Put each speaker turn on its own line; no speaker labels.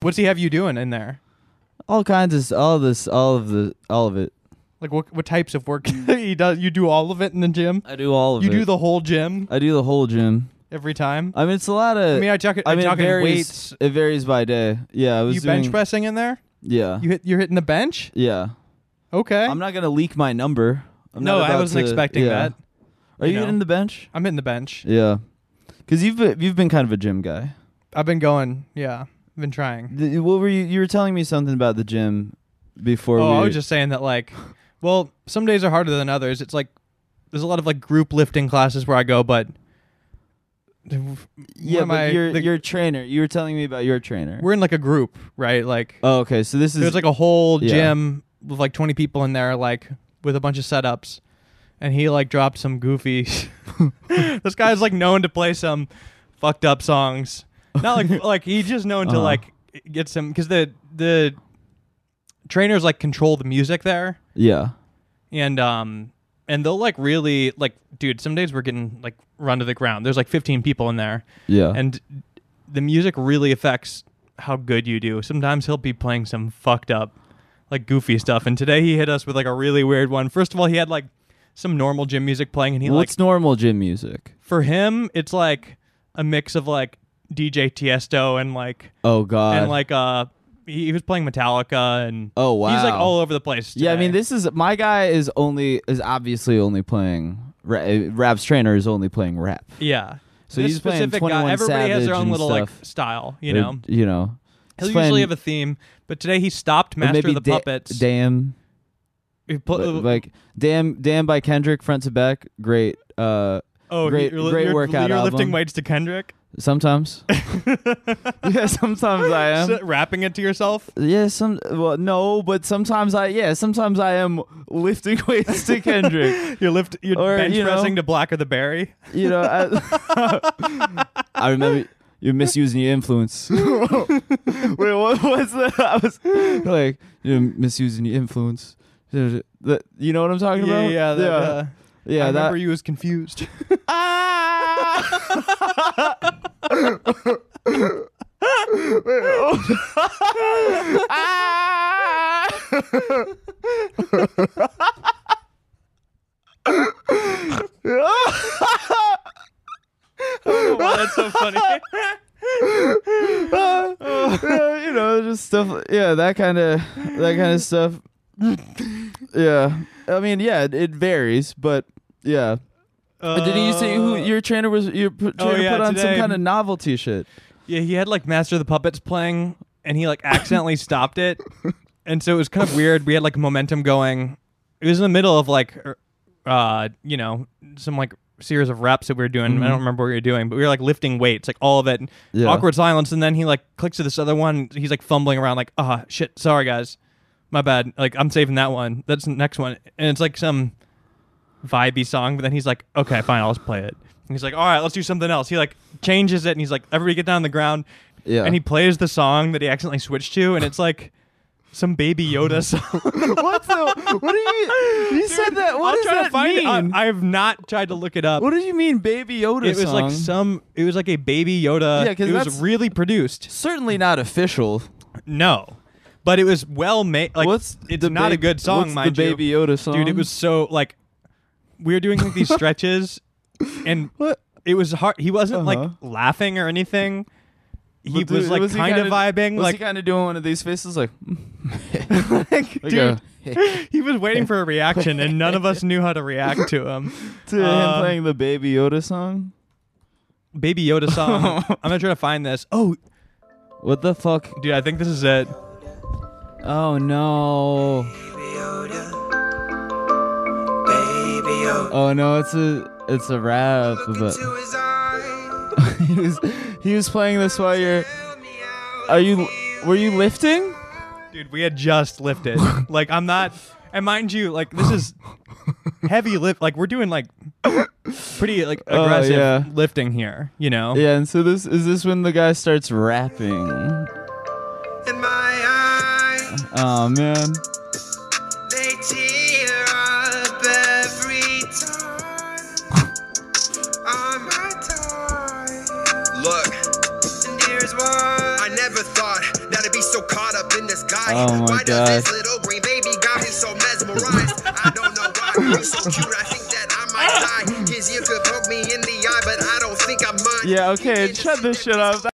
What's he have you doing in there?
All kinds of s- all this, all of the, all of it.
Like what what types of work he does? You do all of it in the gym.
I do all of
You
it.
do the whole gym
I do the whole gym.
every time.
I mean, it's a lot of.
I mean, I talk.
Uh, I
I'm
mean, it
talking
varies.
weights.
It varies by day. Yeah, I was
You
doing.
bench pressing in there?
Yeah,
You hit. You're hitting the bench.
yeah.
Okay.
I'm not gonna leak my number. I'm
no,
not
I
about
wasn't
to-
expecting
yeah.
that.
Are
you
you,
know.
in the bench?
I'm hitting the bench.
Yeah, because you've been, you've been kind of a gym guy.
I've been going. Yeah, I've been trying.
The, what were you? You were telling me something about the gym before.
oh,
we,
I was just saying that like, well, some days are harder than others. It's like there's a lot of like group lifting classes where I go, but
yeah.
one of
But
my-
your
the-
your trainer. You were telling me about your trainer.
we're in like a group, right? Like
oh, okay. So this is
there's like a whole
Yeah.
gym with like 20 people in there, like with a bunch of setups, and he like dropped some goofy. this guy's like known to play some fucked up songs. Not like like he's just known to
Uh-huh.
like get some because the the trainers like control the music there.
yeah.
and um and they'll like really like dude some days we're getting like run to the ground there's like 15 people in there
Yeah.
and the music really affects how good you do sometimes he'll be playing some fucked up like goofy stuff and today he hit us with like a really weird one first of all he had like some normal gym music playing and he like
what's normal gym music?
for him it's like a mix of like dj tiesto and like
Oh God.
and like uh he, he was playing metallica and
Oh wow.
he's like all over the place
Yeah, I mean,
today.
this is my guy is only is obviously only playing. Ra- Rap's trainer is only playing rap.
Yeah.
So
This
he's playing
specific
21
guy. Everybody has their
Savage
own
and
little like
stuff.
style, you
Or,
know.
you know.
He'll
he's
usually
playing-
have a theme, but today he stopped
or
Master
maybe
of the
Da-
Puppets. uh,
Damn,
He pl-
li- like damn, damn by Kendrick, front to back, great. Uh,
oh,
great-
you're, li-
great
you're,
workout
You're lifting
album.
weights to Kendrick,
sometimes. yeah, sometimes I am.
S- rapping it to yourself.
yeah, some well, no, but sometimes I yeah, sometimes I am lifting weights to Kendrick.
You're lift. You're
Or,
bench
you know-
pressing to Black or the Berry.
You know, I, I remember you're misusing your influence. Wait, what was that? I was like, you're misusing your influence. The- You know what I'm talking
Yeah,
about?
yeah, that, Uh,
yeah.
I
that-
remember you was confused. Wow, Oh, that's so funny.
Yeah, you know, just stuff. Yeah, that kind of that kind of stuff. Yeah, I mean, yeah, it, it varies, but yeah. But did you say who
Uh, oh,
your trainer was? Your p- trainer
yeah,
put on
today-
some kind of novelty shit.
Yeah, he had like Master of the Puppets playing and he like accidentally stopped it. And so it was kind of weird. We had like momentum going. It was in the middle of like er, uh, you know, some like series of reps that we were doing. I don't remember what we were doing, but we were like lifting weights, like all of it.
Yeah.
Awkward silence and then he like clicks to this other one. He's like fumbling around like, "Ah, shit. Sorry guys. My bad. Like I'm saving that one. That's the next one." And it's like some vibey song, but then he's like, okay, fine, I'll just play it. And he's like, all right, let's do something else. He like changes it and he's like, everybody get down on the ground.
Yeah.
And he plays the song that he accidentally switched to, and it's like some baby Yoda song.
What's the? What do you? You said that. What
I'll
does
try
that
to find
mean?
it. I, I have not tried to look it up.
what did you mean, Baby Yoda?
it was like
song?
some. It was like a baby Yoda.
Yeah, 'cause
it was
that's-
really produced.
certainly not official.
No, but it was well made. Like
what's
it's
the
not a
Baby-
good song,
what's
mind
the
you.
Baby Yoda song,
dude it was so like we were doing like these stretches and
What?
it was hard he wasn't like
Uh-huh.
laughing or anything he
But
was
dude,
like
he
kind of
kinda-
vibing
Was
like,
he kind of doing one of these faces, like,
like,
like
dude
a-
he was waiting for a reaction and none of us knew how to react to him
to
Uh,
him playing the Baby Yoda song?
baby yoda song i'm gonna try to find this oh
What the fuck?
dude i think this is it
Oh no! Oh no! It's a it's a rap. But he was he was playing this while you're. Are you were you lifting?
dude we had just lifted like i'm not and mind you like this is heavy lift like we're doing like pretty like
Oh,
aggressive
yeah.
lifting here you know
Yeah, and so this is this when the guy starts rapping.
In my eyes,
Oh man.
they tear up every time. On my time. Look. And here's why. I never thought that I'd be this guy?
Oh my
why does this
God.
little green baby got me so mesmerized? I don't know why you're so cute. I think that I might die. His ear could poke me in the eye, but I don't think I mind.
Yeah, okay, shut this shit up.